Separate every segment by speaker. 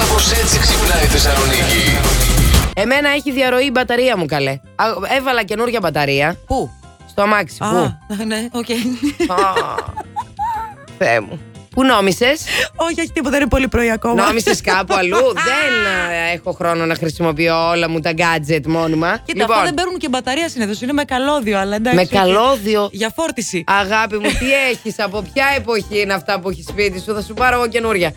Speaker 1: Κάπως έτσι ξυπνάει η Θεσσαλονίκη.
Speaker 2: Εμένα έχει διαρροή η μπαταρία μου, καλέ. Α, έβαλα καινούργια μπαταρία. Πού? Στο αμάξι. Πού?
Speaker 3: Α, ναι, οκ.
Speaker 2: Α, Θεέ μου. Πού νόμισες?
Speaker 3: Όχι, όχι τίποτα, είναι πολύ πρωί ακόμα.
Speaker 2: Νόμισες κάπου αλλού. δεν ε, έχω χρόνο να χρησιμοποιώ όλα μου τα gadget μόνιμα. Λοιπόν,
Speaker 3: Κοίτα, αυτά δεν παίρνουν και μπαταρία συνήθως. Είναι με καλώδιο, αλλά εντάξει.
Speaker 2: με
Speaker 3: οκ.
Speaker 2: καλώδιο.
Speaker 3: Για φόρτιση.
Speaker 2: Αγάπη μου, τι έχεις, από ποια εποχή είναι αυτά που έχεις σπίτι σου, θα σου πάρω εγώ καινούρια.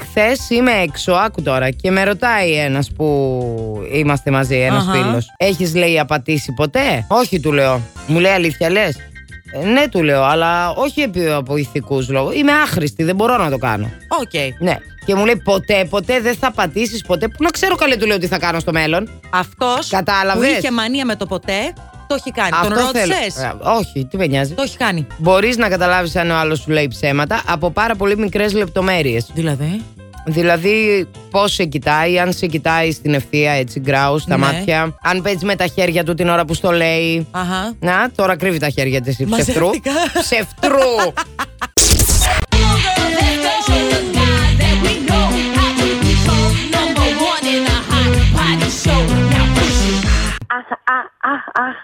Speaker 2: Χθες είμαι έξω, άκου τώρα, και με ρωτάει ένας που είμαστε μαζί, ένας
Speaker 3: Αχα.
Speaker 2: φίλος. Έχεις λέει απατήσει ποτέ. Όχι, του λέω. Μου λέει αλήθεια, λες. ναι, του λέω, αλλά όχι επί- από ηθικούς λόγους. Είμαι άχρηστη, δεν μπορώ να το κάνω.
Speaker 3: Οκ.
Speaker 2: Ναι. Και μου λέει ποτέ, ποτέ δεν θα πατήσεις ποτέ. Που να ξέρω καλέ του λέω τι θα κάνω στο μέλλον.
Speaker 3: Ε, Αυτός που
Speaker 2: Κατάλαβες.
Speaker 3: είχε μανία με το ποτέ, το έχει κάνει. Τον
Speaker 2: θέλω.
Speaker 3: ρώτησες.
Speaker 2: Ε, Όχι, τι με νοιάζει.
Speaker 3: Το έχει κάνει.
Speaker 2: Μπορείς να καταλάβεις αν ο άλλος σου λέει ψέματα από πάρα πολύ μικρές λεπτομέρειες.
Speaker 3: Δηλαδή.
Speaker 2: Δηλαδή, πώς σε κοιτάει, αν σε κοιτάει στην ευθεία, έτσι, γκράου, στα
Speaker 3: Ναι.
Speaker 2: μάτια. Αν παίζει με τα χέρια του την ώρα που στο λέει.
Speaker 3: Αχα.
Speaker 2: Να, τώρα κρύβει τα χέρια της η ψευτρού.
Speaker 3: Μαζεύτηκα.
Speaker 2: Ψευτρού!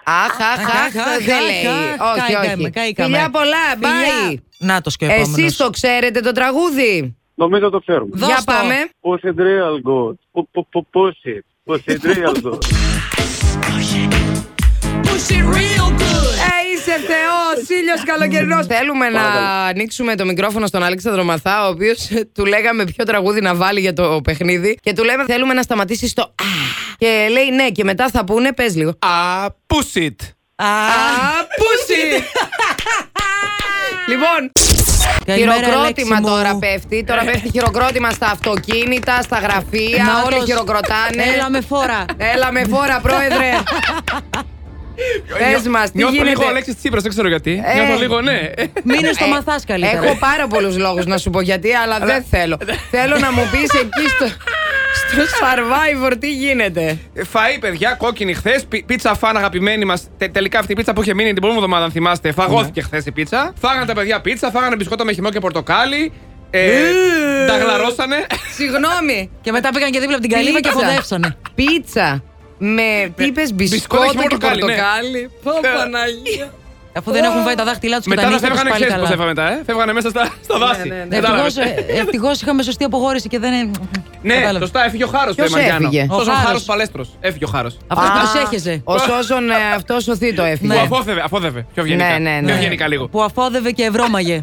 Speaker 2: Αχ, αχ, αχ, δεν λέει. Όχι, όχι. Φιλιά πολλά, bye.
Speaker 3: Να το σκεφτόμουν.
Speaker 2: Εσείς το ξέρετε το τραγούδι.
Speaker 4: Νομίζω το ξέρουμε.
Speaker 3: Δώσ'
Speaker 2: Για
Speaker 3: το.
Speaker 2: πάμε.
Speaker 4: Πώς είναι real good. Πώς είναι. Πώς είναι real good.
Speaker 2: Ε, είσαι θεός, ήλιος καλοκαιρινός. Θέλουμε να ανοίξουμε το μικρόφωνο στον Αλέξανδρο Μαθά, ο οποίος του λέγαμε ποιο τραγούδι να βάλει για το παιχνίδι. Και του λέμε θέλουμε να σταματήσει στο Α. Και λέει ναι, και μετά θα πούνε, πες λίγο.
Speaker 5: Α, push it.
Speaker 2: Α,
Speaker 3: Α,
Speaker 2: πούσι! Λοιπόν,
Speaker 3: καλημέρα,
Speaker 2: χειροκρότημα
Speaker 3: Αλέξη μου.
Speaker 2: τώρα πέφτει. Τώρα πέφτει χειροκρότημα στα αυτοκίνητα, στα γραφεία.
Speaker 3: Νάτος.
Speaker 2: Όλοι χειροκροτάνε. Ε,
Speaker 3: Έλα με φόρα.
Speaker 2: Έλα με φόρα, πρόεδρε. Πες μας, τι
Speaker 5: Νιώθω λίγο
Speaker 2: γίνεται.
Speaker 5: Αλέξης Τσίπρας, δεν ξέρω γιατί.
Speaker 2: Ε.
Speaker 5: Νιώθω λίγο, ναι.
Speaker 3: Μείνε στο
Speaker 2: Ε,
Speaker 3: μαθάς καλύτερα.
Speaker 2: Έχω πάρα πολλούς λόγους να σου πω γιατί, αλλά δεν θέλω. θέλω να μου πεις εκεί στο, στο survivor τι γίνεται.
Speaker 5: Φαΐ, παιδιά, κόκκινη χθες. Πίτσα φαν αγαπημένη μας. Τελικά αυτή η πίτσα που είχε μείνει την προηγούμενη εβδομάδα, αν θυμάστε,
Speaker 2: Ναι.
Speaker 5: φαγώθηκε χθες η πίτσα. Φάγανε τα παιδιά πίτσα, φάγανε μπισκότα με χυμό και πορτοκάλι. Ε, τα γλαρώσανε.
Speaker 2: Συγγνώμη.
Speaker 3: Και μετά πήγαν και δίπλα από την καλύβα και
Speaker 2: πίτσα.
Speaker 3: ποδεύσανε.
Speaker 2: Πίτσα. Με τι είπες,
Speaker 5: μπισκότα
Speaker 2: μπισκότα και
Speaker 5: και πορτοκάλι, ναι.
Speaker 2: πορτοκάλι. Ε. Πω, Παναγία.
Speaker 3: Αφού δεν έχουν βάλει τα δάχτυλά τους και τα
Speaker 5: μετά
Speaker 3: νύχια τους
Speaker 5: θα φεύγανε
Speaker 3: πάλι
Speaker 5: χθε πώ
Speaker 3: καλά.
Speaker 5: έφαγα μετά, ε. Φεύγανε μέσα στα, στα δάση.
Speaker 2: ναι, ναι.
Speaker 5: Κατάλαβες.
Speaker 3: Ευτυχώ είχαμε σωστή απογόρηση και δεν.
Speaker 5: Ναι, σωστά, έφυγε ο Χάρος.
Speaker 2: ε, Ποιος έφυγε?
Speaker 5: Αυτό
Speaker 3: Ο
Speaker 5: ο
Speaker 3: Χάρος.
Speaker 5: Χάρος Παλέστρος. Έφυγε ο Χάρος.
Speaker 3: Αυτό Ναι. που προσέχεζε.
Speaker 2: Ο Σόζον ε, αυτός σωθεί το έφυγε.
Speaker 5: Που αφόθευε, αφόθευε. Πιο ευγενικά.
Speaker 2: Ναι, ναι, ναι.
Speaker 5: Πιο ευγενικά λίγο.
Speaker 3: Που αφόδευε και ευρώμαγε.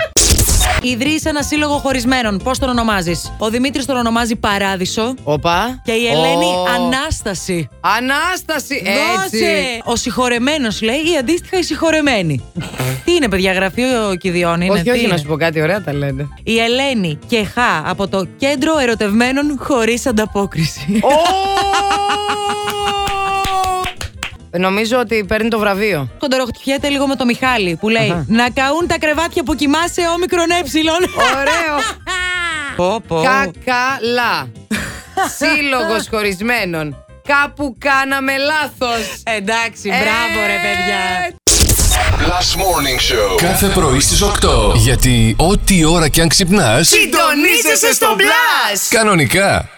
Speaker 3: Ιδρύεις ένα σύλλογο χωρισμένων. Πώς τον ονομάζεις. Ο Δημήτρης τον ονομάζει Παράδεισο
Speaker 2: Οπα.
Speaker 3: και η Ελένη
Speaker 2: Ο.
Speaker 3: Ανάσταση.
Speaker 2: Ανάσταση. Έτσι.
Speaker 3: Δώσε! Ο συγχωρεμένος λέει ή αντίστοιχα η συγχωρεμένη. τι είναι, παιδιά, γραφείο κηδιών είναι.
Speaker 2: Όχι,
Speaker 3: τι
Speaker 2: όχι,
Speaker 3: είναι?
Speaker 2: να σου πω κάτι, ωραία τα λένε.
Speaker 3: Η Ελένη και Χα από το κέντρο ερωτευμένων χωρίς ανταπόκριση.
Speaker 2: Ω! Νομίζω ότι παίρνει το βραβείο.
Speaker 3: Κοντεροχτυπιέται λίγο με το Μιχάλη που λέει Να καούν τα κρεβάτια που κοιμάσαι όμικρον ε.
Speaker 2: Ωραίο.
Speaker 3: Πω, πω.
Speaker 2: Κακαλά. Σύλλογος χωρισμένων. Κάπου κάναμε λάθος.
Speaker 3: Εντάξει, μπράβο ρε παιδιά.
Speaker 1: Last Morning Show.
Speaker 6: Κάθε πρωί στις 8. Γιατί ό,τι ώρα κι αν ξυπνάς,
Speaker 2: Συντονίζεσαι στο μπλα!
Speaker 6: κανονικά.